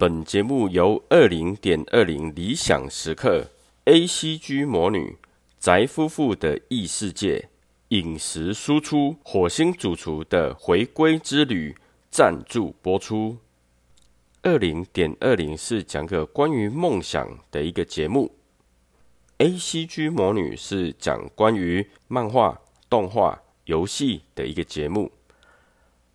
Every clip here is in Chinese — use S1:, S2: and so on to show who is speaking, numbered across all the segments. S1: 本节目由二零点二零理想时刻 ACG 魔女宅夫妇的异世界饮食输出火星主厨的回归之旅赞助播出。二零点二零是讲个关于梦想的一个节目，ACG 魔女是讲关于漫画、动画、游戏的一个节目。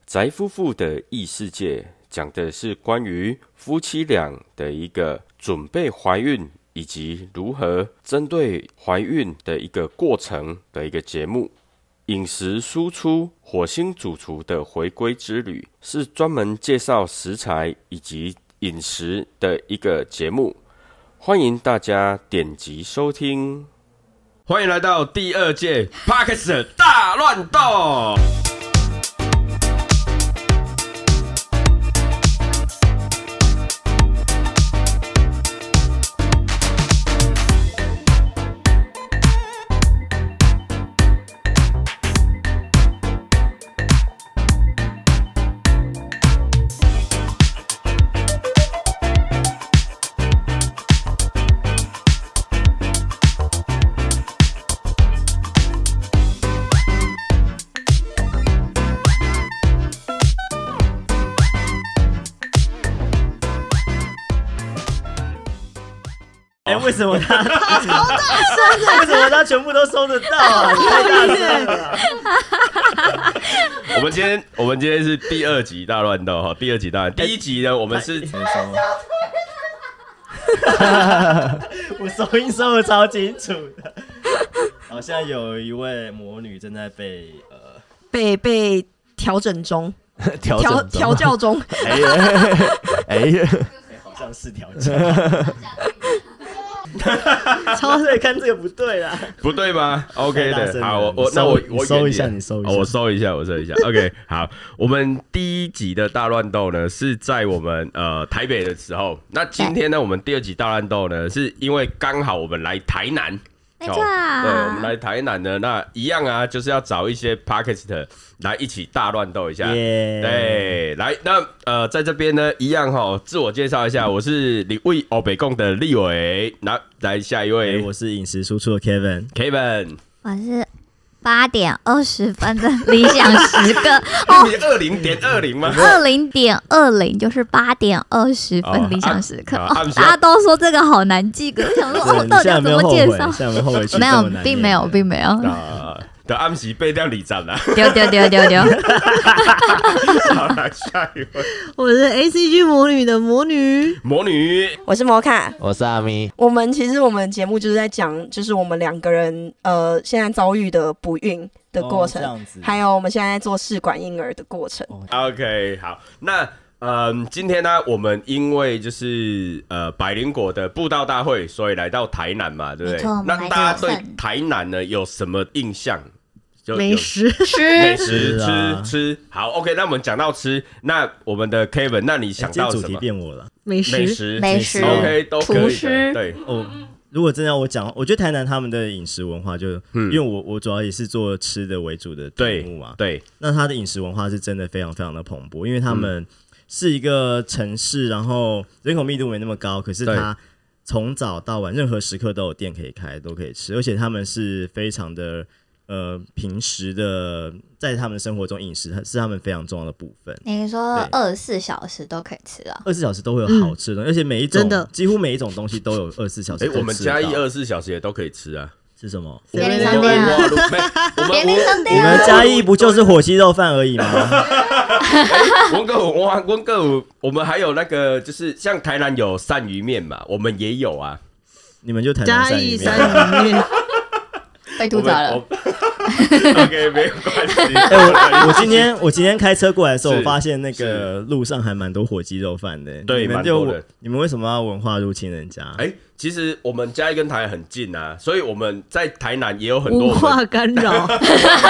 S1: 宅夫妇的异世界讲的是关于夫妻俩的一个准备怀孕以及如何针对怀孕的一个过程的一个节目。饮食输出火星主厨的回归之旅是专门介绍食材以及饮食的一个节目，欢迎大家点击收听。
S2: 欢迎来到第二届 Parkes 大乱斗。
S3: 哎、为什么他超大声的？
S4: 啊
S3: 为什么他全部都收得到啊？太大声了！
S2: 我们今天，我们今天是第二集大乱斗哈，第二集大
S3: 哎
S2: 乱。第一集呢，我们是
S3: 我收音收的超清楚的。好像有一位魔女正在被呃
S5: 被被调整中，
S6: 调
S5: 调
S6: 整
S5: 调
S6: 中，
S5: 教中，
S6: 哎呀，哎呀，
S3: 好像是调教。超对，看这个不对啊啦。
S2: 不对吗？OK
S3: 太大声
S2: 的，
S3: 了
S2: 好，我
S3: 你
S2: 我那
S3: 收
S2: 我
S3: 你
S2: 我
S3: 收
S2: 远
S3: 一下
S2: 点
S3: 你收一
S2: 哦
S3: 下
S2: 我收一下，我收一 下。OK，好，我们第一集的大乱斗呢是在我们呃台北的时候，那今天呢我们第二集大乱斗呢是因为刚好我们来台南。哦
S4: 没错啊
S2: 对，我们来台南呢，那一样啊，就是要找一些 p a r k e t 来一起大乱斗一下。
S3: 耶
S2: 对，来，那呃，在这边呢，一样哈，自我介绍一下，我是李卫欧北贡的立伟，来来下一
S3: 哎、
S2: 位、
S3: 我是饮食输出的 Kevin。
S2: Kevin，
S4: 我是八点二十分的理想时刻哦，
S2: 你二零点二零吗？
S4: 二零点二零就是八点二十
S2: 哦
S4: 分理想时刻
S2: 啊
S4: 哦
S2: 啊，
S4: 大家都说这个好难记，可是想说
S3: 对
S4: 哦，
S3: 你
S4: 到
S3: 现
S4: 底
S3: 在有没有
S4: 要怎么
S3: 后
S4: 介
S3: 悔？
S4: 绍
S3: 现？在有没有后悔去
S4: 没
S3: 这
S4: 有
S3: 么难，
S4: 并
S3: 念哎
S4: 没有，并没有，
S2: 啊，的暗喜被掉里站了。
S4: 丢丢丢丢丢，
S2: 好了，下一位
S7: 我是 A C G 魔女的魔女，
S2: 魔女，
S8: 我是摩卡。
S6: 我是阿咪，
S8: 我们其实我们节目就是在讲，就是我们两个人呃现在遭遇的不孕的过程，
S3: 哦这样子
S8: 还有我们现在在做试管婴儿的过程。
S2: OK，好，那嗯，今天呢、我们因为就是呃百灵果的布道大会，所以来到台南嘛，对不
S4: 没
S2: 对
S4: 错我？们
S2: 那
S4: 来
S2: 大家
S4: 朝
S2: 对
S4: 圣
S2: 台南呢有什么印象？就
S7: 美
S2: 有
S7: 食。
S2: 美
S4: 吃
S2: 食
S3: 是啊
S2: 吃吃好，OK。那我们讲到吃，那我们的 Kevin，那你
S3: 哎
S2: 想
S3: 今天
S2: 到
S3: 主
S2: 什
S3: 题
S2: 么？
S3: 变我了。
S7: 美
S2: 美
S7: 食，
S2: 食
S4: 美
S3: 食
S4: 食，
S2: ，OK，都可
S4: 厨
S2: 以的。
S4: 师
S2: 对，
S3: 哦，如果真的要我讲，我觉得台南他们的饮食文化就，
S2: 嗯
S3: 因为我我主要也是做吃的为主的
S2: 对
S3: 题目嘛，
S2: 对，
S3: 那它的饮食文化是真的非常非常的蓬勃，因为他
S2: 嗯
S3: 们是一个城市，然后人口密度没那么高，可是
S2: 对
S3: 它从早到晚任何时刻都有店可以开，都可以吃，而且他们是非常的呃平时的，在他们的生活中饮食是他们非常重要的部分。
S4: 你说
S3: 对
S4: 二十四小时都可以吃啊？
S3: 二十四小时都会有好吃的，而且每一种
S7: 嗯真的
S3: 几乎每一种东西都有二十四小时
S2: 哎，
S3: 都吃得到。
S2: 我们嘉义二十四小时也都可以吃啊。
S3: 是什么？
S7: 便利
S4: 商店啊
S2: 我们我
S4: 便利商店
S3: 我
S4: 啊
S3: 们嘉义不就是火鸡肉饭而已吗？
S4: 啊
S2: 温哥五哇，温哥五，我们还有那个就是像台南有鳝鱼面嘛，我们也有啊。
S3: 你们就台南
S7: 嘉
S3: 鳝
S7: 义
S3: 鱼
S7: 三
S3: 面。
S7: 明面，
S4: 被
S2: 我
S4: 吐槽
S2: 们
S4: 了，
S2: 我 OK，没有关系。
S3: 哎、 我我今天我今天开车过来的时候，
S2: 是
S3: 我发现那个路上还蛮多火鸡肉饭的。
S2: 对
S3: 你们
S2: 蛮多
S3: 就
S2: 的
S3: 你们为什么要文化入侵人家？
S2: 哎，其实我们嘉义跟台南很近啊，所以我们在台南也有很多
S7: 文
S2: 我们
S7: 化干扰，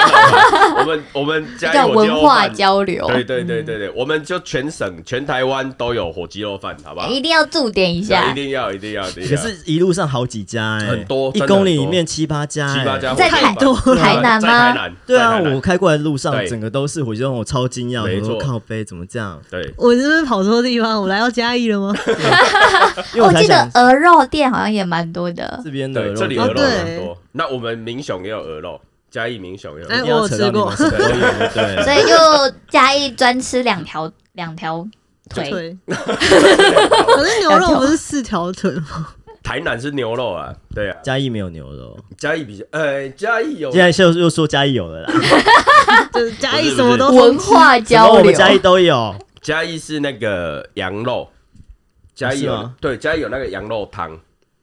S2: 我们我们嘉义
S4: 叫
S2: 火鸡
S4: 文
S2: 肉
S4: 化
S2: 饭
S4: 交流，嗯
S2: 对对对对对，我们就全省全台湾都有火鸡肉饭，好不好？
S4: 哎一定要驻点一
S2: 对啊
S4: 下
S2: 一。定要一定要，一定要
S3: 可是，一路上好几家哎、
S2: 啊很多
S3: 一
S2: 真的
S3: 公里
S2: 很
S3: 里
S2: 多
S3: 面七八家、欸，
S2: 七八家
S4: 在
S2: 火鸡肉饭啊
S4: 台台南
S2: 在
S4: 吗
S2: 台南，
S3: 对
S2: 在
S3: 啊，
S2: 台南
S3: 我开过来路上
S2: 对，
S3: 整个都是火鸡肉，我超惊讶，
S2: 没
S3: 我
S2: 错
S3: 说靠背怎么这样？
S2: 对
S7: 我是不是跑错地方？我来到嘉义 了吗？
S3: 因为
S4: 我
S3: 才
S4: 记得
S3: 想
S4: 鹅肉店好像也蛮多的，
S3: 这边的
S2: 对，
S3: 肉
S2: 这里
S3: 都
S2: 鹅
S4: 啊
S7: 哦
S2: 肉
S7: 对
S2: 很多。那我们民雄也有鹅肉，嘉义民雄也有鹅
S7: 哎
S2: 肉。
S3: 一定要
S7: 我有
S3: 扯到
S7: 吃
S3: 你们
S7: 过
S3: 什么 都有对，
S4: 所以就嘉义专吃两条两条 腿，
S7: 腿。可是牛肉不是四条腿 吗？
S2: 台南是牛肉啊，对啊，
S3: 嘉义没有牛肉，
S2: 嘉义比较，呃，嘉义有
S3: 现在又又说嘉义有了啦，
S7: 就是嘉义什么都
S4: 文化
S3: 然后
S4: 交
S3: 我们
S4: 流。
S3: 嘉义都有，
S2: 嘉义是那个羊肉，嘉义
S3: 是
S2: 有
S3: 吗
S2: 对嘉义有那个羊肉汤，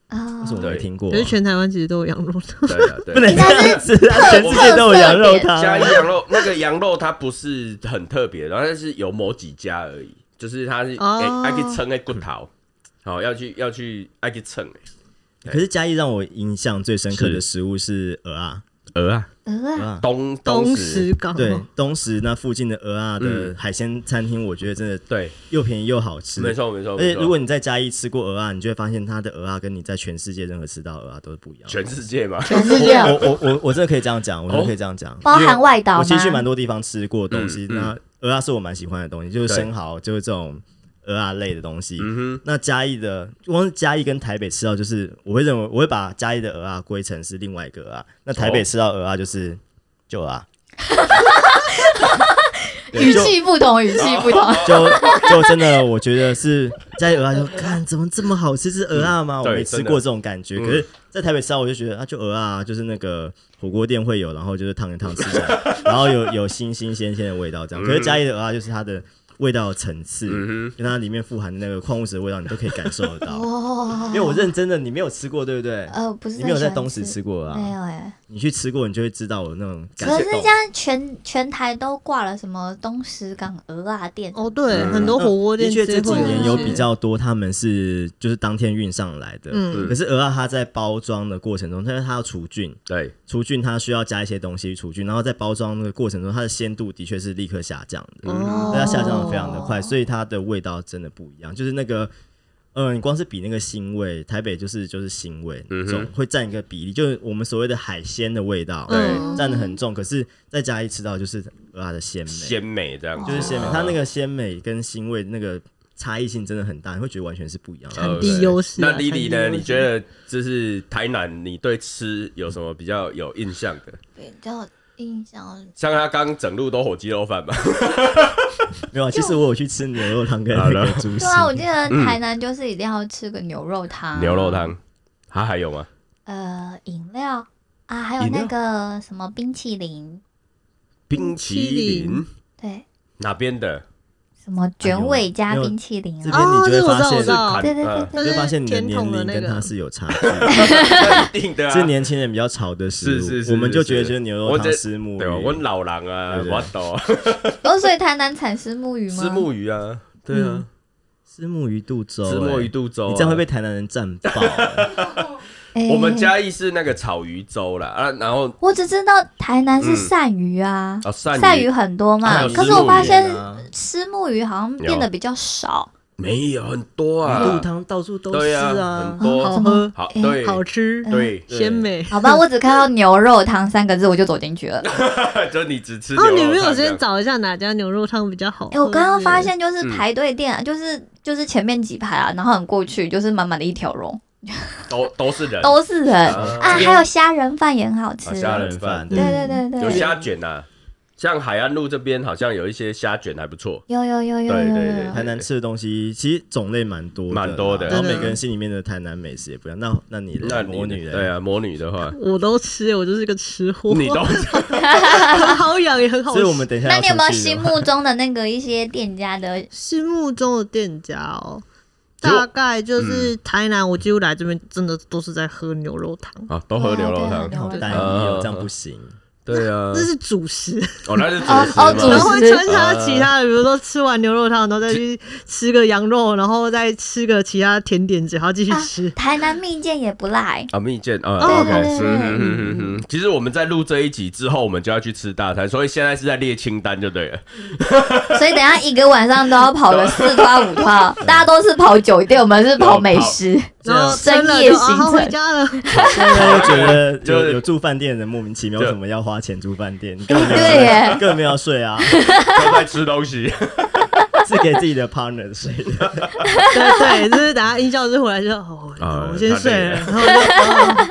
S4: 哦
S3: 为什么我没听过啊
S7: 可？是全台湾其实都有羊肉的，
S2: 对啊，对
S3: 不。能这样子啊，全世界都有羊肉汤啊
S2: 嘉义羊肉那个羊肉它不是很特别，然后它是有某几家而已，就是它是
S7: 哦
S2: 哎还可以称哎骨头，好哦要去要去哎还可以称
S3: 可是嘉义让我印象最深刻的食物是鹅啊，
S2: 哎鹅啊
S3: 鹅
S4: 呃
S3: 啊，
S2: 东
S7: 东
S2: 石
S7: 石港
S3: 对
S7: 哦，
S3: 东石那附近的鹅啊的
S2: 嗯
S3: 海鲜餐厅，我觉得真的
S2: 对，
S3: 又便宜又好吃，
S2: 没错没错
S3: 而
S2: 没
S3: 且
S2: 错，
S3: 哎如果你在嘉义吃过鹅啊，你就会发现它的鹅啊跟你在全世界任何吃到的鹅啊都是不一样的。
S2: 全世界嘛，
S4: 全世界
S3: 我我我我真的可以这样讲，我真的可以这样讲。
S4: 包含外岛
S3: 我
S4: 吗
S3: 其？实去蛮多地方吃过东西，
S2: 嗯
S3: 那鹅啊是我蛮喜欢的东西，就是
S2: 对
S3: 生蚝，就是这种鹅啊类的东西。
S2: 嗯哼，
S3: 那嘉义的，光是嘉义跟台北吃到，就是我会认为我会把嘉义的鹅啊归成是另外一个鹅啊，那台北
S2: 哦
S3: 吃到鹅啊就是就鹅啊，对
S4: 语
S3: 就
S4: 气不同，语气不同。
S3: 就就真的，我觉得是在鹅啊，就看怎么这么好吃，是鹅啊吗？
S2: 嗯
S3: 我
S2: 对
S3: 没吃
S2: 真的
S3: 过这种感觉。
S2: 嗯
S3: 可是，在台北吃啊，我就觉得啊，就鹅啊，就是那个火锅店会有，然后就是烫一烫吃起来，然后有有新新鲜鲜的味道这样。可是嘉义的鹅啊，就是它的味道的层次，
S2: 嗯
S3: 跟它里面富含的那个矿物质的味道，你都可以感受得到。
S4: 哦
S3: 因为我认真的，你没有吃过，对不对？
S4: 呃不是
S3: 你没有
S4: 很喜
S3: 在
S4: 欢
S3: 东石吃过
S4: 没
S3: 啊？
S4: 有哎，
S3: 你去吃过，你就会知道我那种感
S4: 可
S3: 受
S4: 是。这样全全台都挂了什么东石港鹅啊店，
S7: 哦对，
S2: 嗯
S7: 很多火锅店
S3: 的确，这
S7: 最
S3: 几
S7: 会
S3: 年
S7: 吃
S3: 有比较多，他们是就是当天运上来的。
S7: 嗯
S3: 可是鹅啊，它在包装的过程中，它它要除菌，
S2: 对，
S3: 除菌它需要加一些东西除菌，然后在包装的过程中，它的鲜度的确是立刻下降
S2: 嗯
S3: 的，
S7: 哦，
S3: 它嗯啊下降的非常的快，所以它的味道真的不一样，就是那个。嗯，你光是比那个腥味，台北就是就是腥味，
S2: 嗯哼
S3: 总会占一个比例，就是我们所谓的海鲜的味道，
S7: 嗯
S3: 占的很重。可是在家一吃到就是鹅啊的鲜美，
S2: 鲜美啊这样子，
S3: 就是鲜美，它那个鲜美跟腥味那个差异性真的很大，你会觉得完全是不一样的。
S7: 产地优势啊。
S2: 呃那李李
S7: 产地
S2: 呢？
S7: 优势
S2: 你觉得就是台南，你对吃有什么比较有印象的？
S4: 比较印象
S2: 像他刚整路都火鸡肉饭嘛，
S3: 没有啊，其实我有去吃牛肉汤跟那个猪
S4: 对啊，我
S3: 心，
S4: 记得台南就是一定要吃个牛肉汤，
S2: 牛肉，汤，他还有吗？
S4: 呃，饮料啊，还有
S2: 饮料
S4: 那个什么冰淇淋，
S2: 冰淇
S7: 淇
S2: 淋
S7: 淋
S4: 对，
S2: 哪边 的？
S4: 什么卷尾加
S3: 哎呦
S4: 冰淇淋
S3: 这
S4: 啊，
S3: 边你就会发
S7: 哦这个我知
S4: 哦
S7: 道
S2: 看
S3: 啊
S7: 我知
S4: 对对对
S2: 呃
S3: 你就会发现你的
S7: 甜
S3: 年
S7: 筒的
S3: 龄
S7: 那
S3: 跟它
S7: 个，
S3: 是有差 距。
S2: 一定的啊。
S3: 是年轻人比较潮的食物，
S2: 是是是
S3: 我们就是觉得
S2: 是
S3: 就是牛肉
S2: 我
S3: 汤、
S2: 这
S3: 虱目
S2: 对吧？
S3: 鱼
S2: 我老狼啊，
S3: 对对
S2: 我懂，
S4: 哦，所以台南产石木鱼吗？
S2: 石目鱼啊，对啊，
S3: 虱目鱼肚粥、
S2: 石目鱼
S3: 欸
S2: 肚粥啊，
S3: 你这样会被台南人占 爆、欸
S4: 哎，
S2: 我们嘉义是那个草鱼粥啦啊，然后
S4: 我只知道台南是鳝鱼啊，
S2: 啊嗯鳝
S4: 鳝
S2: 鱼
S4: 鱼很多
S2: 还
S4: 嘛，
S2: 有
S4: 可是
S2: 虱目
S4: 我
S2: 鱼
S4: 发现
S3: 啊
S4: 虱目鱼好像变得比较少，
S2: 没有很多
S7: 哦
S3: 肚
S2: 啊，
S3: 汤到处都是
S2: 对啊，
S3: 啊
S2: 很。多
S7: 好喝、
S2: 好对
S7: 好吃、
S2: 对，
S7: 鲜美。
S4: 好吧，我只看到牛肉汤三个字我就走进 去了。
S2: 就你只吃牛
S7: 哦，
S2: 肉
S7: 你没有
S2: 汤这
S7: 先
S2: 样
S7: 找一下哪家牛肉汤比较好喝？
S4: 哎、我刚刚发
S7: 是
S4: 现就是
S2: 嗯
S4: 排队店、啊，就是就是前面几排啊，然后你过去就是满满的一条龙，
S2: 都都是人，
S4: 都是人
S2: 啊
S4: 啊还有虾仁饭也很好吃
S2: 啊，虾
S3: 家
S2: 仁
S3: 人饭
S4: 对
S3: 对，
S4: 对对
S2: 有
S4: 对，
S2: 虾卷啊，像海岸路这边好像有一些虾卷还不错。
S4: 有有有有有
S2: 对
S4: 有
S2: 对
S4: 有
S2: 对
S4: 有
S3: 台南吃的东西其实种类蛮多的啦，
S2: 蛮多的
S3: 然后
S7: 真
S3: 每
S7: 的
S3: 个人心里面的台南美食也不一样。那那你嘞
S2: 那
S3: 魔
S2: 你
S3: 女嘞
S2: 对啊，魔女的话，
S7: 我都吃，我就是个吃货。
S2: 你都
S7: 很 好养，也很好吃。
S3: 所以我们等一下
S4: 那
S3: 要
S4: 你有没有
S3: 出去
S4: 心
S3: 了
S4: 目中的那个一些店家的？
S7: 心目中的店家哦，
S2: 其实我
S7: 大概就是台南，我几乎来这边真的都是在喝牛肉汤。
S2: 啊都喝牛肉汤
S4: 对，啊对啊牛肉
S3: 好单
S4: 汤
S3: 一哦，这样不行。
S2: 对啊
S7: 这，是主食，
S2: 哦，那是主
S4: 哦
S2: 食
S4: 哦主
S2: 嘛
S4: 食
S7: 然后会穿插其他的，比如说吃完牛肉汤，然后再去吃个羊肉，然后再吃个其他甜点子，然后继续吃。
S4: 台南蜜饯也不赖，
S2: 啊，蜜饯啊
S7: 哦
S2: ，OK，
S4: 对对
S2: 嗯
S4: 对
S2: 哼哼哼哼其实我们在录这一集之后，我们就要去吃大餐，所以现在是在列清单就对了。
S4: 所以等一下一个晚上都要跑了四趟五趟，大家都是跑酒店，我们是跑美食，
S7: 然后
S4: 深
S7: 真的
S4: 夜
S7: 就
S4: 行
S7: 啊，
S4: 程
S7: 回家了。
S3: 现在就觉得
S2: 就
S3: 有有住饭店的莫名其妙，
S2: 就
S3: 为什么要花钱住饭店？你根本没有
S4: 对耶，
S3: 根本没有睡啊，
S2: 都在吃东 西，
S3: 是给自己的 partner 睡的。
S7: 对对，就是等下一觉就回来就哦
S2: 啊，
S7: 我先睡了，然后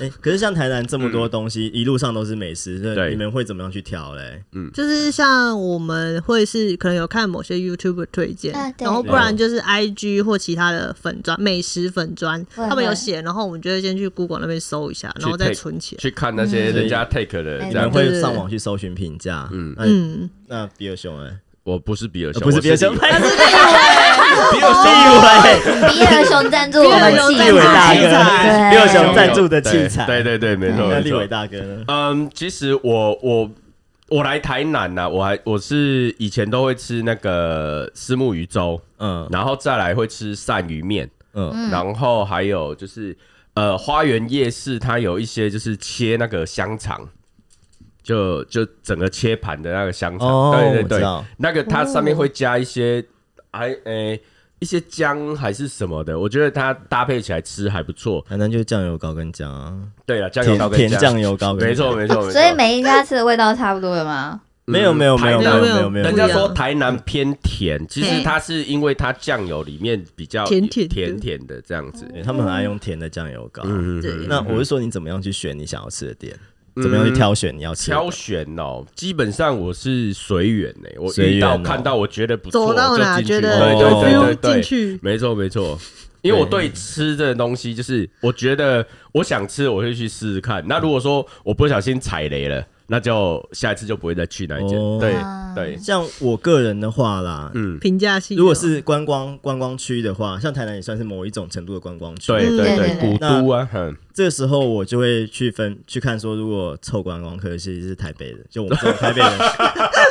S3: 哎，可是像台南这么多东西，一路上都是美食，那
S2: 嗯对
S3: 你们会怎么样去挑嘞？
S7: 就是像我们会是可能有看某些 YouTube 推荐
S4: 啊，对
S7: 然后不然就是 IG 或其他的粉砖美食粉砖，
S4: 会
S7: 他们有写，然后我们就会先去 Google 那边搜一下，然后再
S2: take
S7: 存起来。
S2: 去看那些人家 take 的
S4: 嗯
S2: 这
S3: 你们
S2: 样。
S3: 会上网去搜寻评价。嗯，那
S7: 嗯，
S3: 那比尔熊哎，
S2: 我不是比尔
S3: 呃
S2: 熊，
S3: 不是比尔熊，
S2: 我
S3: 比
S2: 李
S3: 尔熊，
S4: 比尔熊赞助我
S7: 比
S4: 们
S7: 尔熊
S4: 器
S7: 赞助
S3: 立伟大
S4: 材，
S3: 哥，
S4: 对
S3: 比尔熊赞助的器材。嗯
S2: 对对对，没错。
S3: 那
S2: 没
S3: 立
S2: 错
S3: 伟大哥呢？
S2: 嗯，其实我我我来台南呐、我还我是以前都会吃那个虱目鱼粥，
S3: 嗯
S2: 然后再来会吃鳝鱼面，
S3: 嗯，
S2: 然后还有就是呃花园夜市它有一些就是切那个香肠。就就整个切盘的那个香肠，
S3: 哦，
S2: 对对
S3: 我知
S2: 对，
S3: 道，
S2: 那个它上面会加一些，还诶、一些姜还是什么的，我觉得它搭配起来吃还不错。
S3: 台南就是酱油膏跟酱啊，
S2: 对了，酱油
S3: 甜
S2: 膏跟
S3: 甜酱油膏跟
S2: 没错
S3: 酱，
S2: 没错，没错
S4: 所以每一家吃的味道差不多了吗？
S3: 没有没有没有
S2: 台
S3: 没
S2: 南
S3: 有没
S7: 没
S3: 有
S7: 有
S3: 没有，
S2: 人
S7: 不一
S2: 家
S7: 样
S2: 说台南偏甜，其实
S7: 嘿
S2: 它是因为它酱油里面比较
S7: 甜甜的嗯
S2: 甜甜的这样子。
S3: 对他们很爱用甜的酱油膏。
S2: 嗯，
S7: 对
S3: 那我是说，你怎么样去选你想要吃的店？怎么样去挑选你要吃的
S2: 挑选哦，基本上我是随缘呢，我
S3: 随
S2: 遇
S3: 缘
S2: 到
S3: 哦
S2: 看到我觉得不错，
S7: 走到
S2: 我就
S7: 哪
S2: 进去
S7: 觉得
S2: 对
S3: 哦
S2: 对
S7: feel
S2: 对对
S7: 进
S2: 对，
S7: 去，
S2: 没错没错。因为我对吃的东西，就是我觉得我想吃，我会去试试看。那如果说我不小心踩雷了，那就下一次就不会再去那一间。
S3: 哦
S2: 对
S4: 啊
S7: 嗯
S2: 对，
S3: 像我个人的话啦，
S2: 嗯，
S7: 评价系。
S3: 如果是观光观光区的话，像台南也算是某一种程度的观光区。
S2: 对对
S7: 嗯
S2: 对，
S4: 对对对
S2: 古都啊，嗯，
S3: 这个时候我就会去分去看说，如果凑观光客其实是台北的，就我们这种台北 人，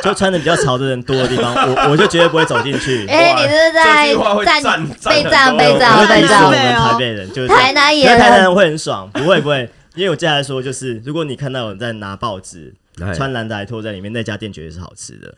S3: 就穿的比较潮的人多的地方，我我就绝对不会走进 去。
S4: 哎，你是
S2: 这句话
S4: 在
S2: 会
S4: 赞
S2: 赞赞
S4: 被
S2: 很
S4: 赞
S2: 多
S4: 被
S3: 我
S4: 赞
S3: 会
S4: 哎被
S3: 鄙视我
S4: 赞
S7: 被，
S3: 们
S7: 赞
S3: 台北人，就是这样
S4: 台南
S3: 可是
S4: 也
S3: 台南
S4: 很
S3: 人会很爽，不会不会，因为我接下来说就是，如果你看到有人在拿报纸，
S2: 哎
S3: 穿蓝白拖在里面，那家店绝对是好吃的，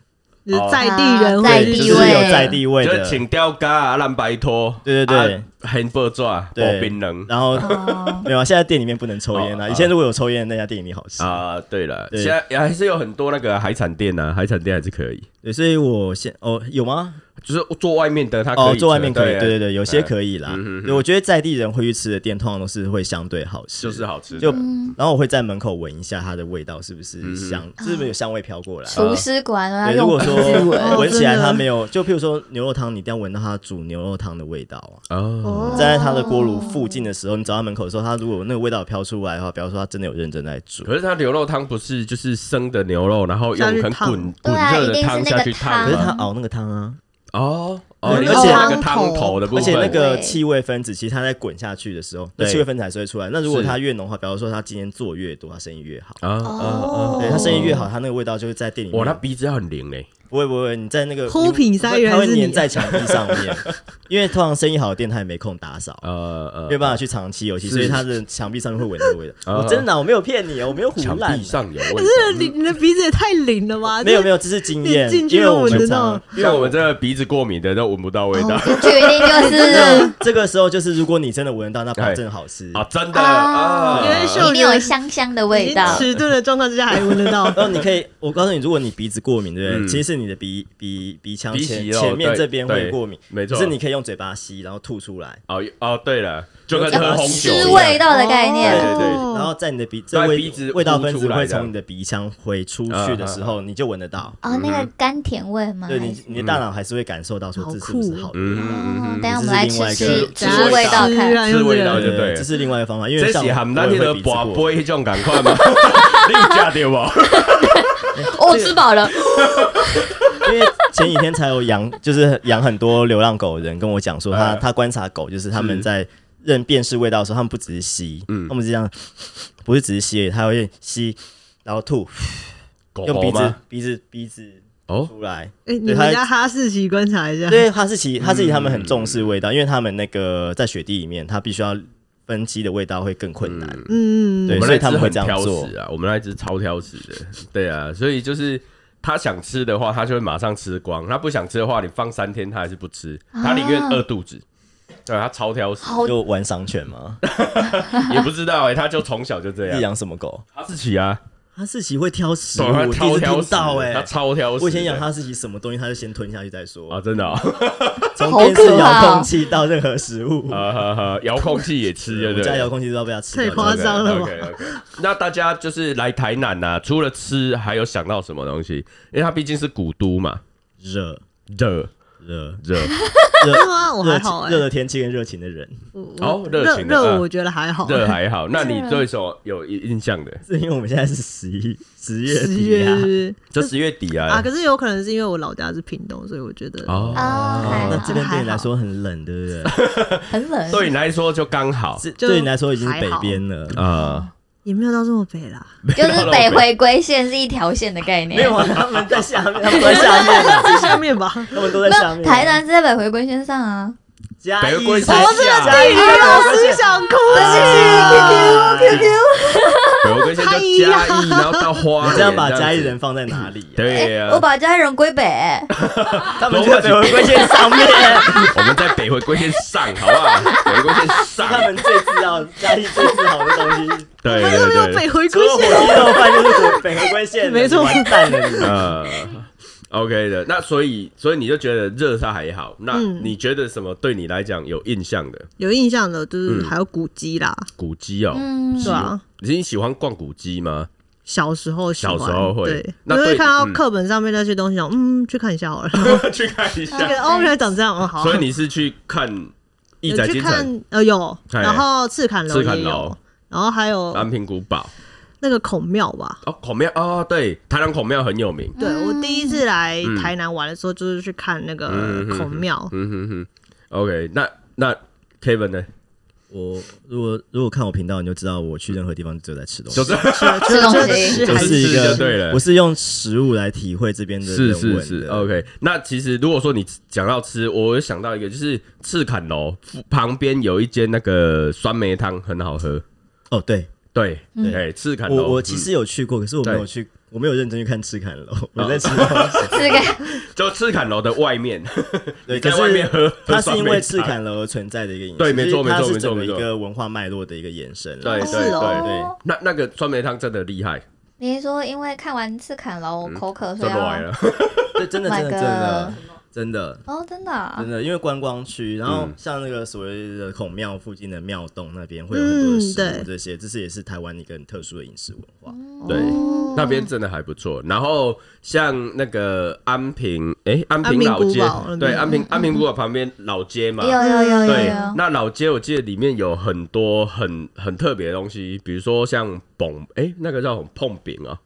S7: 就是在地人
S4: 哦啊在
S7: 会
S3: 就
S4: 地
S7: 去
S3: 是
S7: 吃
S4: 位
S3: 有在地位
S2: 就是
S3: 的，
S2: 请吊嘎啊，烂白拖，
S3: 对对对
S2: 啊，很爆炸，
S3: 对
S2: 薄冰冷
S3: 然后
S4: 哦
S3: 没有啊，现在店里面不能抽烟
S2: 哦
S3: 啦。
S2: 啊
S3: 以前如果有抽烟，那家店一定好吃。
S2: 啊。对了，
S3: 对
S2: 现在也还是有很多那个海产店啊，海产店还是可以，
S3: 对，所以我现哦有吗？
S2: 就是做外面的，它可
S3: 哦，
S2: 以啊哎嗯
S3: 做外面可以，对对
S2: 对，
S3: 对，有些可以啦。对，我觉得在地人会去吃的店，通常都是会相对好吃，
S2: 就是。好吃的。嗯
S3: 就然后我会在门口闻一下它的味道是不是香，是不是有香味飘过来？
S4: 厨师馆啊，
S3: 对，如
S4: 用
S3: 果
S4: 鼻
S3: 说
S4: 子 闻，
S7: 哦
S3: 闻起来
S7: 真的
S3: 它没有，就譬如说牛肉汤，你一定要闻到它煮牛肉汤的味道啊。
S2: 哦，
S3: 站在它的锅炉附近的时候，你走到门口的时候，它如果有那个味道飘出来的话，比方说它真的有认真在煮。
S2: 可是它牛肉汤不是就是生的牛肉，然后用
S7: 下去
S2: 很
S7: 烫
S2: 滚
S4: 对
S2: 滚
S4: 啊
S2: 热的
S4: 一定是
S2: 汤
S4: 那个
S2: 下去
S4: 汤
S2: 烫
S3: 可是它
S2: 吗，
S3: 熬那个汤啊，
S2: 哦哦，
S3: 对
S2: 你
S3: 而
S2: 说
S3: 且
S2: 那个汤头的部
S3: 而
S2: 分，
S3: 且那个
S4: 对
S3: 气味分子，其实它在滚下去的时候，那
S2: 对
S3: 气味分子还是会出来。那如果
S2: 是
S3: 它越浓的话，比方说它今天做越多，它生意越好。
S2: 啊啊
S7: 哦
S2: 啊，
S3: 对，它生意越好，它那个味道就会在店里
S2: 哇，那
S3: 面。
S2: 鼻子要很灵欸嘞，
S3: 不会不会，你在那个
S7: 齁品塞原
S3: 它
S7: 来
S3: 会
S7: 是你
S3: 粘在墙壁上 面，因为通常生意好的店它也没空打扫。
S2: 呃呃
S3: 没有，办法去长期油漆，
S2: 是
S3: 所以它的墙壁上面会闻那个味道。
S2: 啊
S3: 我真的啊，我没有骗你，哦，我没有胡
S2: 墙
S3: 乱
S2: 壁
S3: 啊。
S2: 上有味道。
S7: 你你的鼻子也太灵了吧？
S3: 没有没
S7: 有，
S3: 有，这是经验
S7: 你，进去
S3: 因为
S7: 都
S3: 我
S7: 闻
S3: 们
S7: 得
S3: 常
S7: 到
S2: 像我们这个鼻子过敏的都闻不到味道
S4: 进去一定就是
S3: 这个时候就是，如果你真的闻得到，那保证好吃。
S2: 啊，真的啊，
S7: 因为
S4: 一
S7: 嗅
S4: 定有
S7: 觉
S4: 香香的味道。
S7: 迟钝的状况之下还闻得 到。
S3: 然后你可以，我告诉你，如果你鼻子过敏，对不对？
S2: 嗯
S3: 其实是你的鼻鼻鼻腔
S2: 鼻息
S3: 前
S2: 肉
S3: 前面
S2: 对
S3: 这边会
S2: 对
S3: 过敏，
S2: 没
S3: 可
S2: 错，
S3: 是你可以用嘴巴吸，然后吐出来，
S2: 哦哦，对了，就跟喝红酒
S4: 吃
S2: 一
S4: 味
S2: 样，
S4: 道的概
S3: 哦
S4: 念，
S2: 对对
S3: 然后在你的鼻这
S2: 在
S3: 味
S2: 鼻子
S3: 味道
S2: 呼
S3: 分
S2: 出
S3: 子
S2: 来啊
S3: 会
S2: 这样
S3: 从你的鼻腔回出去的时候，你就闻得到。
S4: 哦，那个甘甜味吗？
S3: 对你，你的大脑还是会感受到说这是不是好的。
S4: 哦
S2: 嗯，
S4: 等一下我们来
S3: 这是另外
S4: 吃
S3: 一
S4: 吃
S3: 个
S4: 吃
S7: 等一下
S4: 味道
S7: 吃
S4: 看。
S7: 啊又
S2: 吃
S7: 是
S2: 味
S7: 人
S2: 道就对
S3: 对，
S2: 了
S3: 这。是另外一个方法，因为
S2: 这
S3: 像
S2: 是
S3: 我
S2: 含那天的拔
S3: 我也会鼻子过
S2: 杯
S3: 敏
S2: 那种感快吗？ 你有吃对吧？
S4: 哦，吃饱了，
S3: 因为前几天才有养， 就是养很多流浪狗的人跟我讲说他，他
S2: 哎嗯
S3: 观察狗，就是他们
S2: 是
S3: 在
S2: 嗯
S3: 认辨识味道的时候，他们不只是吸，他们是这样，不是只是吸而已，他会吸然后吐，
S2: 狗
S3: 用
S2: 狗
S3: 鼻子
S2: 吗？
S3: 鼻子鼻子
S2: 哦，
S3: 出来。
S7: 哎，你
S3: 对他
S7: 们家哈士奇观察一下，
S3: 对，哈士奇，哈士奇他们很重视味道，因为他们那个在雪地里面，它必须要分析的味道会更困难。
S7: 嗯，
S3: 对
S2: 我们那
S3: 所以他
S2: 只
S3: 们会
S2: 很
S3: 这样
S2: 挑
S3: 做
S2: 食啊，我们那只超挑食的，对啊，所以就是他想吃的话，他就会马上吃光；他不想吃的话，你放三天他还是不吃，
S7: 啊
S2: 他宁愿饿肚子。对啊，他超挑 食，
S4: 好
S3: 就玩赏犬吗？
S2: 也不知道哎、他就从小就这
S3: 是
S2: 样。
S3: 养什么狗？
S2: 哈士奇啊，
S3: 哈士奇会挑食 物，
S2: 对，他
S3: 我第
S2: 超
S3: 一次
S2: 挑
S3: 听
S2: 食
S3: 到
S2: 的，
S3: 哎、
S2: 他超挑食的。
S3: 我以前养哈士奇，什么东西它就先吞下去再
S2: 啊，
S3: 说，
S2: 真的哦，
S3: 从
S4: 好
S3: 电视
S4: 可怕
S3: 遥
S4: 哦
S3: 控器到任何食物，
S2: 啊哈哈，遥控器也吃，对
S3: 我
S2: 不
S3: 们家
S2: 对
S3: 遥？控器都要被它吃掉。
S7: 太夸张了吧
S2: OK OK，那大家就是来台南呐、啊，除了吃，还有想到什么东西？因为它毕竟是古都嘛，
S3: 热
S2: 热
S3: 热
S2: 热
S7: 是吗？我
S3: 热
S7: 还好哎
S3: 热，的天气跟热情的人，
S7: 我
S2: 哦热
S7: 嗯热
S2: 情的
S7: 热
S2: 嗯
S7: 我觉得还好，
S2: 热还好。那你对什么有印象的？
S3: 是因为我们现在是十一十月
S7: 十
S3: 底
S7: 月
S3: 啊
S7: 是不，是
S2: 就十月底啊
S7: 啊？可是有可能是因为我老家是屏东，所以我觉得
S2: 哦，
S4: 啊，还
S3: 那
S4: 好
S3: 这边对你来说很冷，对不 对？
S4: 很冷，
S2: 对你来说就刚好
S3: 这
S7: 就
S3: 对你来说已经是
S7: 还
S3: 北
S7: 好
S3: 边了。
S2: 啊，
S7: 也没有到这么 北啦。
S4: 就是北回归线是一条线的概念，
S3: 没有啊，他们在下面，他们都在下面 啊，
S7: 在下 面吧，
S3: 他们都在下面。啊
S4: 台南是在北回归线上啊，
S3: 嘉
S2: 北
S3: 义，
S2: 回归
S3: 嘉义
S2: 线下
S3: 嘉义
S7: 老师想哭。
S3: 啊
S2: 北回归线就嘉义，然后到 花莲，
S3: 你这样把
S2: 子
S3: 嘉义人放在哪里啊？啊
S2: 对呀、
S4: 哎我把家人归北、
S3: 他们就在北回归线上面，
S2: 我们在北回归线上，好不好？北回归线上，
S3: 他们最知道嘉义最自豪的东西，
S2: 对
S7: 他是没有
S2: 对对，
S7: 北回
S3: 除
S7: 归
S3: 了火
S7: 线，
S3: 鸡肉饭就是北回归线，
S7: 没错
S3: 你完蛋了你。
S2: 呃，OK 的。那所以，所以你就觉得热它还好。那
S7: 嗯
S2: 你觉得什么对你来讲有印象的
S7: 有印象的，就是
S2: 嗯
S7: 还有古迹啦，
S2: 古迹哦？
S4: 嗯，
S7: 对啊，
S2: 你喜欢逛古迹吗？
S7: 小时候喜欢
S2: 小时候会
S7: 对，
S2: 那
S7: 你
S2: 对
S7: 会看到
S2: 嗯
S7: 课本上面那些东西，想嗯，去看一下好 了。
S2: 去看一
S7: 这
S2: 下。
S7: 个哦，原来长这样哦，好。
S2: 所以你是去看义载
S7: 有去
S2: 金城、
S7: 看呃有，
S2: 哎
S7: 然后赤坎楼
S2: 赤坎
S7: 也
S2: 楼啊
S7: 有，然后还有
S2: 安平古堡
S7: 那个孔庙吧。
S2: 哦，孔庙哦，对，台南孔庙很有名。
S7: 对我第一次来
S2: 嗯
S7: 台南玩的时候，就是去看那个
S2: 嗯哼
S7: 孔庙，
S2: 嗯哼哼，OK，那那 Kevin 呢？
S3: 我如果如果看我频道，你就知道我去任何地方只有在吃东西，
S2: 就是
S4: 吃东西
S7: 吃
S3: 就
S7: 还
S3: 是一
S2: 就
S3: 个
S2: 对了
S3: 我是用食物来体会这边的
S2: 是
S3: 人
S2: 是
S3: 文
S2: 是哦
S3: 的。
S2: ，OK。那其实如果说你讲到吃，我有想到一个，就是赤坎楼附旁边有一间那个酸梅汤很好喝。
S3: 哦，对
S2: 对，哎，赤坎楼，
S3: 我我
S2: 嗯
S3: 其实有去过，可是哦我没有
S2: 对哦
S3: 去，我没有认真去看赤坎楼，我在吃东西。
S4: 这个
S2: 嗯就赤坎楼的外面，
S3: 对，
S2: 在
S3: 可
S2: 外面喝
S3: 是它
S2: 酸
S3: 是
S2: 梅
S3: 因为赤
S2: 汤
S3: 坎楼而存在的一个饮食，
S2: 对没错
S3: 就是它
S2: 没错
S3: 是整个
S2: 没错
S3: 一个文化脉络的一个延伸啦。
S2: 对对
S4: 是
S2: 对，
S4: 哦。
S2: 那那个酸梅汤真的厉害，
S4: 你是说因为看完《赤坎楼》口渴，
S2: 就
S4: 所以要
S2: 来了。
S3: 对，真的真
S4: My
S3: 的真的真的
S4: 哦，真的啊
S3: 真的，因为观光区，然后
S2: 嗯
S3: 像那个所谓的孔庙附近的庙洞那边会有很多的
S7: 嗯
S3: 食
S7: 对
S3: 物，这些这是也是台湾一个很特殊的饮食文化。
S2: 对，那边真的还不错。然后像那个安平，哎，安平老街
S7: 安平古堡那，边
S2: 对，安平安平古堡旁边老街嘛，
S4: 有有有有
S2: 对
S4: 有，，
S2: 那老街我记得里面有很多很很特别的东西，比如说像蹦，哎、那个叫什么碰饼啊，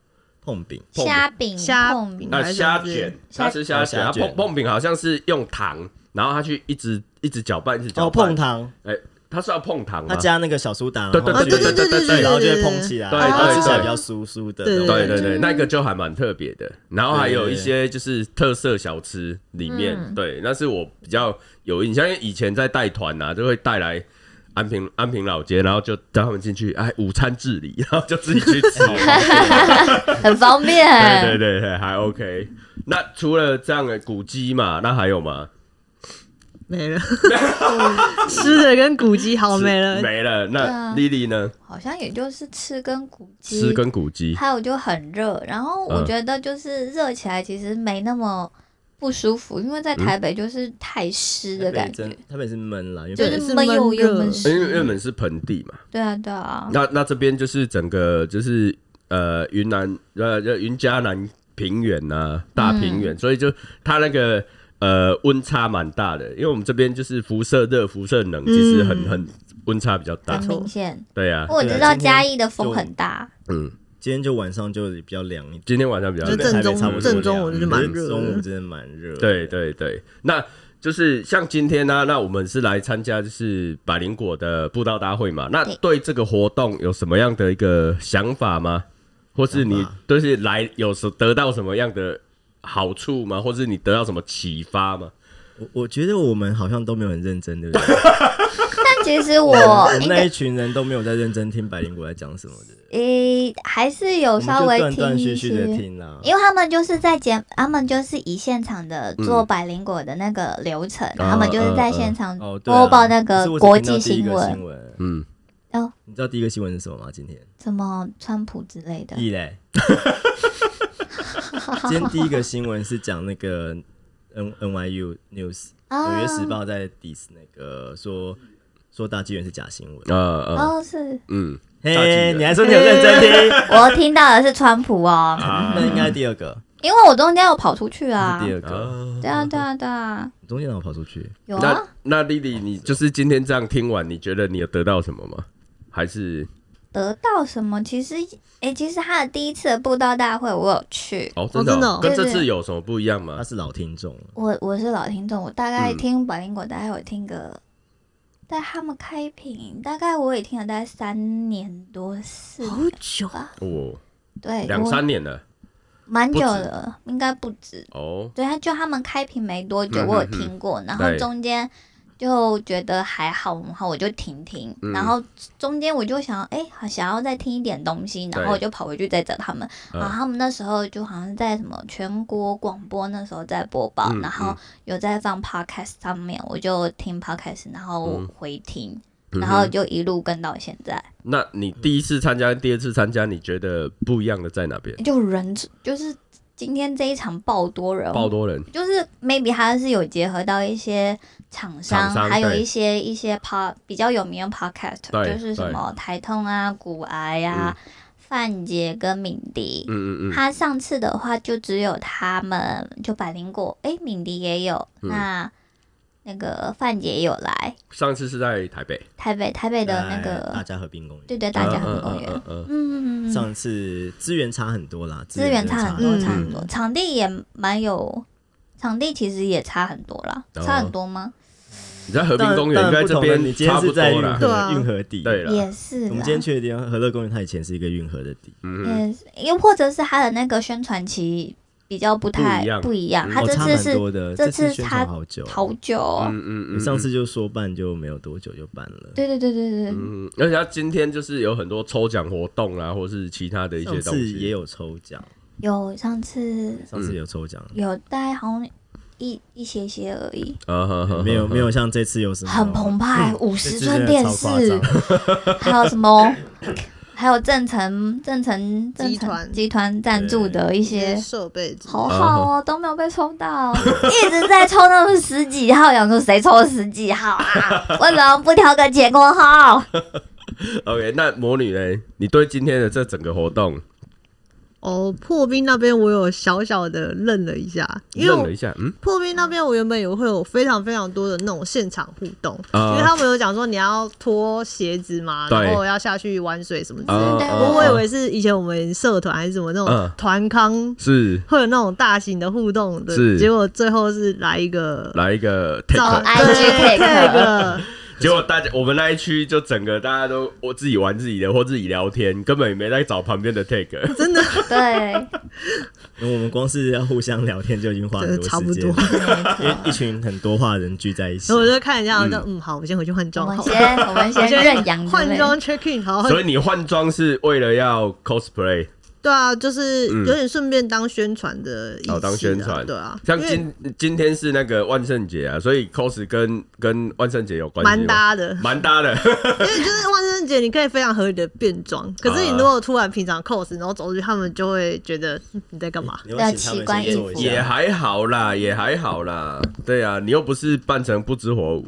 S3: 碰饼，
S2: 碰
S4: 虾饼、
S7: 虾
S4: 碰饼
S7: 饼
S2: 那虾卷，它吃虾卷，
S3: 虾
S2: 它
S3: 卷
S2: 碰碰饼好像是用糖，然后它去一直一直搅拌，一直
S3: 然
S2: 搅
S3: 后
S2: 拌，
S3: 哦碰糖，
S2: 它是要碰糖吗
S3: 它？加那个小苏打，
S2: 对对
S3: 然后
S2: 对
S3: 去
S2: 对对对对
S3: 然后就会碰起来，
S2: 对
S3: 然后
S2: 对
S3: 吃起来
S2: 对
S3: 比较酥酥的。
S7: 对
S3: 然后
S2: 对对
S3: 就
S2: 对，那个就还蛮特别的。然后还有一些就是特色小吃里面，
S4: 嗯
S2: 对，那是我比较有印象，因为以前在带团啊，就会带来安平安平老街，然后就带他们进去，哎，午餐自理， 然后就自己去吃。
S4: 很方便。
S2: 对对对对，还 OK。那除了这样的古迹嘛，那还有吗？
S7: 没了，吃的跟古迹好没了
S2: 是。没了。
S4: 对
S2: 那
S4: 啊
S2: Lily 呢？
S4: 好像也就是吃跟古迹，
S2: 吃跟古迹
S4: 还有就很热，然后我
S2: 嗯
S4: 觉得就是热起来其实没那么不舒服，因为在台北就是太湿的
S3: 台北
S4: 感
S3: 真
S4: 觉，
S3: 台北是闷啦，因
S4: 就
S3: 为
S7: 对
S4: 闷又
S7: 是闷热
S4: 又闷
S2: 因为
S4: 湿。
S2: 原本是盆地嘛，
S4: 对啊对啊，
S2: 那那这边就是整个就是呃云南呃呃云嘉南平原呐、大平原，所以就它那个呃温差蛮大的，因为我们这边就是辐射热、辐射冷，其实很
S7: 嗯
S2: 很温差比较大
S4: 很。明显。
S2: 对呀、
S4: 我知
S3: 对啊
S4: 道
S3: 今天
S4: 嘉义的风
S3: 就
S4: 很大，
S2: 嗯，
S3: 今天就晚上就比较凉一点，
S2: 今天晚上比较
S7: 就
S2: 冷。
S7: 正
S3: 台北
S7: 中
S3: 差不多
S7: 正中
S3: 凉
S7: 午就是蛮
S3: 可是
S7: 热的
S3: 中午真的蛮热。
S2: 对，对对，那就是像今天呢、那我们是来参加就是百灵果的布道大会嘛。那
S4: 对
S2: 对这个活动有什么样的一个想法吗？或是你
S3: 想法
S2: 都是来有时得到什么样的好处吗？或是你得到什么启发吗？
S3: 我我觉得我们好像都没有很认真，对不对？
S4: 但其实我
S3: 嗯我们
S4: 应
S3: 那
S4: 该
S3: 一群人都没有在认真听百灵果在讲什么的，
S4: 诶、还是有
S3: 我们
S4: 稍
S3: 就
S4: 微
S3: 断
S4: 听
S3: 断
S4: 一
S3: 续续的
S4: 些。
S3: 听啦。
S4: 因为他们就是在节，他们就是以现场的做百灵果的那个流程，他们就是在现场
S3: 哦，对啊
S4: 播报那
S3: 可
S4: 个
S3: 是我只
S4: 国
S3: 听到
S4: 际
S3: 第一
S4: 新
S3: 个
S4: 闻，哦
S3: 新闻。
S2: 嗯，
S3: 你知道第一个新闻是什么吗？今天
S4: 什么川普之类的。
S3: 一嘞， 今天第一个新闻是讲那个 N NYU News
S4: 啊
S3: 纽约时报在 diss 那个说说大纪元是假新闻。
S2: 呃呃，
S4: 哦，是
S2: 嗯，大纪
S3: 嘿，
S2: 元
S3: 你还说你有认真听？
S4: 我听到的是川普哦，
S2: 啊
S3: 那应该第二个，
S4: 因为我中间有跑出去啊
S3: 是。第二个，
S4: 对啊，对啊，对啊，
S3: 中间让我跑出去。
S4: 有
S2: 嗯那
S4: 啊。
S2: 那丽丽，你就是今天这样听完，你觉得你有得到什么吗？还是
S4: 得到什么？其实，诶，其实他的第一次的布道大会我有去，
S2: 哦，真的
S7: 真的
S2: 哦
S7: 哦
S2: 跟这
S4: 对对
S2: 次有什么不一样
S3: 他
S2: 吗？
S3: 是老听众了，
S4: 我我是老听众，我大概
S2: 嗯
S4: 听百灵果，大概有听个，在他们开屏，大概我也听了大概三年多四年，
S7: 久
S2: 哦，
S4: 对，
S2: 两
S4: 哎我
S2: 三年了
S4: 蛮久
S2: 不止
S4: 了，应该不止。
S2: 哦，
S4: 对，他就他们开屏没多久，
S2: 嗯
S4: 我有
S2: 嗯
S4: 听过，然后
S2: 对
S4: 中间就觉得还好，然后我就停停，
S2: 嗯
S4: 然后中间我就想，哎、好想要再听一点东西，然后我
S2: 对
S4: 就跑回去再找他们，
S2: 嗯
S4: 然后他们那时候就好像在什么全国广播那时候在播报，
S2: 嗯
S4: 然后有在放 podcast 上面，我就听 podcast，然后
S2: 嗯
S4: 回听，
S2: 嗯哼
S4: 然后就一路跟到现在，
S2: 那你第一次参加、第二次参加，你觉得不一样的在哪边？
S4: 就人就是今天这一场爆多人，
S2: 爆多人，
S4: 就是 maybe 它是有结合到一些厂商，
S2: 厂商
S4: 还有
S2: 对
S4: 一些一些 pod 比较有名的 podcast，
S2: 对
S4: 就是什
S2: 对
S4: 么台通啊、骨癌啊、范姐跟敏迪。
S2: 嗯嗯嗯，
S4: 他上次的话就只有他们，就百灵果，诶，敏迪也有，
S2: 嗯
S4: 那那个范姐也有来
S2: 上次是在台北，
S4: 台北，台北的那
S3: 在哎大
S4: 个，
S3: 家和平公园。
S4: 对对，大家哦
S2: 嗯
S4: 很公园，
S2: 嗯嗯嗯
S4: 嗯嗯嗯，
S3: 上次资源差很多啦，
S4: 资源差很多，
S3: 真的
S4: 差
S3: 差
S4: 很
S2: 嗯
S4: 多，场地也蛮有，场地其实也差很多啦，
S2: 哦
S4: 差很多吗？
S2: 你在和平公园，应
S3: 但
S2: 该
S3: 但不
S2: 这
S3: 同的
S2: 边
S3: 你今天
S2: 差不
S3: 是
S2: 多
S3: 在运
S2: 啦
S7: 对
S3: 河
S7: 啊
S3: 运河底，
S2: 对
S4: 也
S2: 了，
S4: 是啦，
S3: 我们今天去的地方和乐公园，它以前是一个运河的底，
S2: 嗯
S4: 也是，又或者是他的那个宣传期比较不太
S2: 不一样嗯
S4: 他
S3: 哦
S4: 这
S3: 差
S4: 次
S3: 蛮
S4: 是
S3: 多的，
S4: 这
S3: 这
S4: 次
S3: 宣
S4: 差
S3: 传好久，
S4: 好久哦、
S2: 嗯嗯
S3: 我
S2: 嗯，
S3: 上次就说办就没有多久就办了。
S4: 对对对对对，
S2: 嗯，嗯而且他今天就是有很多抽奖活动啊，或是其他的一些
S3: 上
S2: 东
S3: 次
S2: 西，
S3: 也有抽奖，
S4: 有上次
S3: 上次有抽奖，
S4: 有大概好像一一些些而已，
S2: 啊哈哈，
S3: 没有没
S2: 有，
S3: 有像这次有什么
S4: 很澎湃，五
S3: 这哦
S4: 十
S3: 嗯次真
S4: 寸
S3: 的
S4: 电
S3: 超夸
S4: 视
S3: 张，
S4: 还有什么，还有正成正成正成
S7: 集团
S4: 集团赞助的一些。
S7: 设备之类的，
S4: 好好哦，都没有被抽到，一直在抽那种十几号，想说谁抽十几号啊？为什么不挑个结果号？
S2: OK，那魔女嘞，你对今天的这整个活动
S7: 哦，破冰那边我有小小的愣了一下，因为
S2: 愣
S7: 我
S2: 了一下，嗯，
S7: 破冰那边我原本也会有非常非常多的那种现场互动，
S2: 啊
S7: 因为他们有讲说你要脱鞋子嘛，
S2: 对
S7: 然后要下去玩水什么之类的。
S2: 啊
S4: 对
S2: 啊
S7: 不过我
S2: 啊
S7: 以为是以前我们社团还是什么那
S2: 嗯
S7: 种团康
S2: 是
S7: 会有那种大型的互动的
S2: 是，
S7: 结果最后是来一个
S2: 来一个
S4: 啊
S7: 找
S2: take，
S4: IG take
S7: 个，
S2: 结果大家我们那一区就整个大家都我自己玩自己的或自己聊天，根本也没在找旁边的 take。
S4: 对，
S3: 因为我们光是要互相聊天就已经花很多
S7: 差不
S3: 时间
S7: 多，
S3: 因为一群很多话的人聚在一起
S7: 然后， 我就看人家，我就嗯好，我先回去换
S4: 我
S7: 装
S4: 们
S7: 好了，
S4: 先我们
S7: 我
S4: 先认养之
S7: 换
S4: 类
S7: 装 check in，好，
S2: 所以你换装是为了要 cosplay，
S7: 对啊，就是
S2: 嗯
S7: 有点顺便当宣传的意思、啊
S2: 哦，当宣传
S7: 对啊，
S2: 像
S7: 因为
S2: 今今天是那个万圣节啊，所以 cos 跟跟万圣节有关系吗
S7: 蛮，搭的，
S2: 蛮搭的。
S7: 因为就是啊万圣节你可以非常合理的变装，可是你如果突然平常 cos，然后走出去，他们就会觉得嗯你在 干嘛？
S3: 你要请他们先做 一
S2: 也
S3: 下。
S2: 还好啦，也还好啦。对啊，你又不是扮成不知火舞，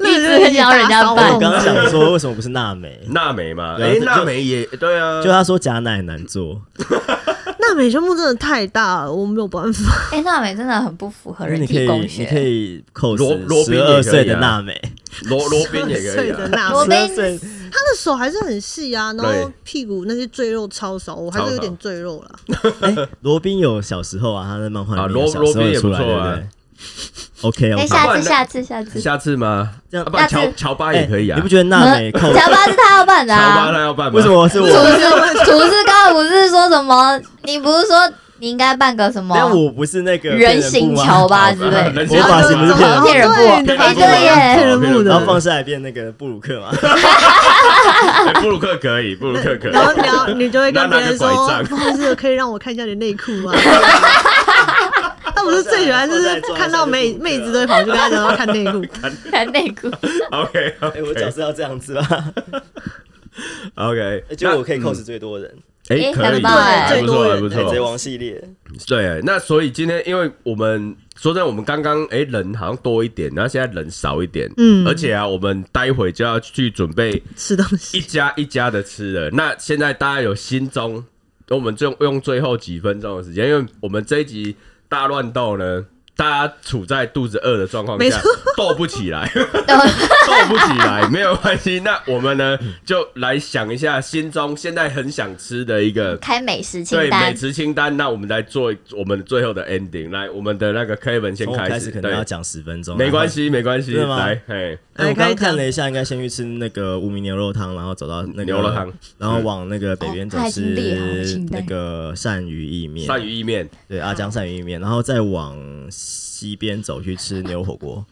S7: 那
S4: 直很想人家扮
S3: 我刚刚想说，为什么不是娜美？
S2: 娜美嘛，
S3: 对啊
S2: 哎，
S3: 就
S2: 娜美也对啊，
S3: 就他说假奶很难做，
S7: 那美胸部真的太大了，我没有办法。
S4: 哎、娜美真的很不符合人
S3: 你可
S4: 体
S3: 以
S4: 工
S3: 你可
S4: 学。
S3: 以扣
S2: 罗罗宾
S3: 十
S2: 也可以啊
S3: 二岁的娜 美，
S2: 罗罗宾也 可以
S7: 碎的
S2: 啊。
S7: 那
S4: 罗
S7: 我
S4: 宾
S3: 12岁
S7: 他的手还是很细啊，然后
S2: 对
S7: 屁股那些赘肉超少，我还是有点赘肉啦。
S3: 罗宾有小时候啊，他在漫画
S2: 啊
S3: 里面
S2: 罗
S3: 有小时候
S2: 啊罗宾也
S3: 出
S2: 不
S3: 来，对
S2: 错
S3: 不
S2: 啊
S3: 对？ OK 哦
S4: 哎，，
S3: 好
S4: 下
S2: 不
S4: 次
S2: 然
S4: 下次下次，
S2: 下次吗？
S3: 这样
S2: 啊不然
S4: 下次
S2: 乔乔巴也可以啊。
S3: 哎你不觉得娜美扣？
S4: 乔巴是他要办的
S2: 乔巴
S4: 啊。
S2: 他要办吗？
S3: 为什？么是
S4: 厨
S3: 我？
S4: 师厨师刚刚不是说什么？你不是说你应该办个什么
S3: 但我不是那个
S4: 人形
S3: 桥
S4: 乔巴之类的？啊
S3: 我发型不是骗人吗
S4: 骗人布
S7: 对你的
S4: 哎
S7: 发型
S4: 对耶
S7: 骗人布
S3: 然
S2: 嗯
S3: 后
S7: 的。
S2: 哦
S3: 放下来变那个布鲁 克嘛？
S2: 哎布鲁克可以，布鲁克可以。
S7: 然后你要你就会跟别人说哦
S2: 拿拿个拐杖，
S7: 不好意思，可以让我看一下你的内裤 吗？他不是最喜欢就是看到妹妹子都会跑去跟他讲要看内裤，
S4: 看内裤，
S2: OK
S3: 哎，我角
S2: OK
S3: 色要这样子吧？
S2: OK，
S3: 哎就我可以 cos 最多人，
S2: 哎
S4: 哎
S2: 可以
S4: 很棒哎，
S2: 嗯不错啊还不
S3: 海贼
S2: 错。
S3: 王系列。
S2: 对，那所以今天因为我们说真的，我们刚刚哎人好像多一点，然后现在人少一点，
S7: 嗯
S2: 而且啊，我们待会就要去准备
S7: 吃东
S2: 一
S7: 西。
S2: 家一家的吃了。那现在大家有心中，我们就用最后几分钟的时间，因为我们这一集大乱斗呢，大家处在肚子饿的状况
S7: 没
S2: 下
S7: 错，
S2: 斗不起来， 斗不起来，没有关系。那我们呢，就来想一下心中现在很想吃的一个。
S4: 开美食
S2: 对
S4: 清
S2: 美
S4: 单。
S2: 食清单，那我们来做我们最后的 ending。来，我们的那个 Kevin 先
S3: 从我开
S2: 始，
S3: 始可能
S2: 对
S3: 要，讲十分钟，啊
S2: 没关。系，没关系，
S3: 真的吗
S2: 来，嘿，
S3: 哎，我
S7: 来
S3: 刚
S7: 开
S3: 刚
S7: 始讲
S3: 看了一下，应该先去吃那个无名牛肉汤，然后走到那个
S2: 牛肉汤，
S3: 然后往那个北边走
S4: 哦他已经列好了
S3: 是
S4: 清
S3: 那
S4: 单
S3: 个鳝鱼意面，
S2: 鳝鱼意面，
S3: 对阿江鳝鱼意面，然后再往西边走去吃牛火锅。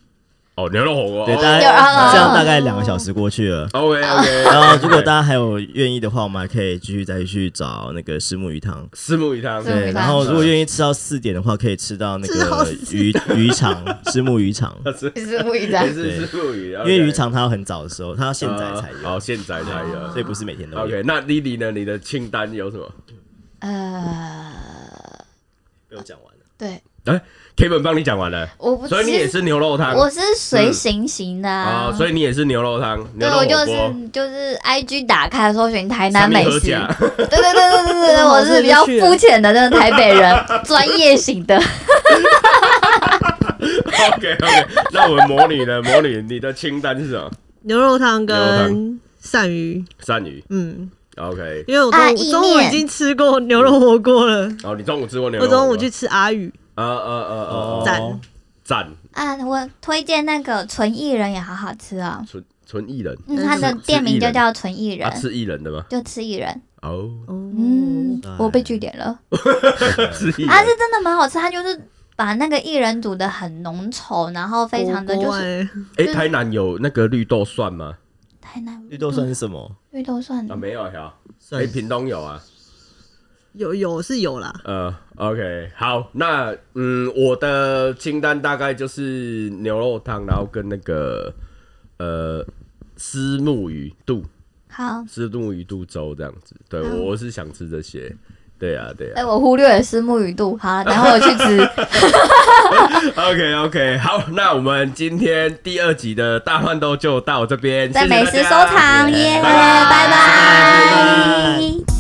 S2: 哦，牛肉火锅，
S3: 对，
S2: 哦
S3: 大概
S4: 有啊
S3: 这样大概两个小时过 去了。
S2: OK OK，
S3: 然后，如果大家还有愿意的话，我们还可以继续再去找那个石目鱼汤。
S2: 石目鱼汤，
S4: 对
S3: 对，然后如果愿意吃到四点的话，可以吃到那
S7: 吃到
S3: 个
S7: 四
S3: 鱼鱼肠， 石目 鱼肠，
S4: 是不一样
S2: 也是石目鱼，因
S3: 因为鱼肠它要很早的时候，它要现在才
S2: 哦，
S3: 有，
S2: 现在才有
S3: 所。以不是每天都有。
S2: OK，那 Lily 呢？你的清单有什么
S4: 呃，
S3: 被我讲完了，
S4: 对，
S2: ？Kevin 帮你讲完了，
S4: 我不，
S2: 所以你也，是牛肉汤
S4: 我是随行型的
S2: 啊，
S4: 啊。
S2: 所以你也是牛肉汤，牛
S4: 对，
S2: 肉
S4: 我就
S2: 火锅，
S4: 是就是 I G 打开搜寻台
S2: 三
S4: 南
S2: 明
S4: 美
S2: 合
S4: 食，
S2: 甲
S4: 对 对对对对 对，我是比较肤浅的那种台北人， 专业型的。
S2: OK OK，那我们模拟呢？模拟你的清单是什么？
S7: 牛肉汤
S2: 牛肉
S7: 跟鳝鱼，
S2: 鳝鱼。
S7: 嗯，
S2: OK，
S7: 因为我
S4: 啊
S7: 中午
S4: 意
S7: 中午已
S4: 面
S7: 经吃过牛肉火锅了，
S2: 哦，你中午吃过牛
S7: 我
S2: 肉火锅？
S7: 中午去吃阿宇，
S2: 啊啊啊啊啊！
S7: 赞
S3: 哦
S2: 赞
S4: 啊，我推荐那个纯艺人也好好吃哦，
S2: 纯纯艺人
S4: 嗯，它的
S2: 是
S4: 店名
S2: 薏
S4: 就
S2: 仁
S4: 叫纯艺人
S2: 啊，，吃艺人的吗？
S4: 就吃艺人。
S2: 哦，
S4: 嗯
S3: 哎，
S4: 我被据点了。
S2: 吃艺
S4: 它
S2: 人
S4: 啊是真的蛮好吃，它就是把那个薏仁煮的很浓稠，然后非常的
S7: 火
S4: 就
S7: 锅
S4: 是
S7: 哎
S2: 哎，台南有那个绿豆蒜吗？
S4: 台南嗯
S3: 绿豆蒜是什么？
S4: 绿豆蒜
S2: 啊，没有呀。哎、
S3: 蒜
S2: 屏东有啊，
S7: 有有是有啦，
S2: 呃，OK，好，那嗯，我的清单大概就是牛肉汤，然后跟那个呃丝木鱼肚、
S4: 好。
S2: 丝木鱼肚粥这样子。对，我我是想吃这些。对啊，对
S4: 哎，
S2: 啊。
S4: 我忽略了是木鱼肚，好，等会我 去吃。
S2: OK OK，好，那我们今天第二集的大乱斗就到这边，
S4: 在
S2: 谢谢
S4: 美
S2: 大
S4: 食收
S2: 家
S4: 藏耶，
S2: 拜拜
S4: 拜拜。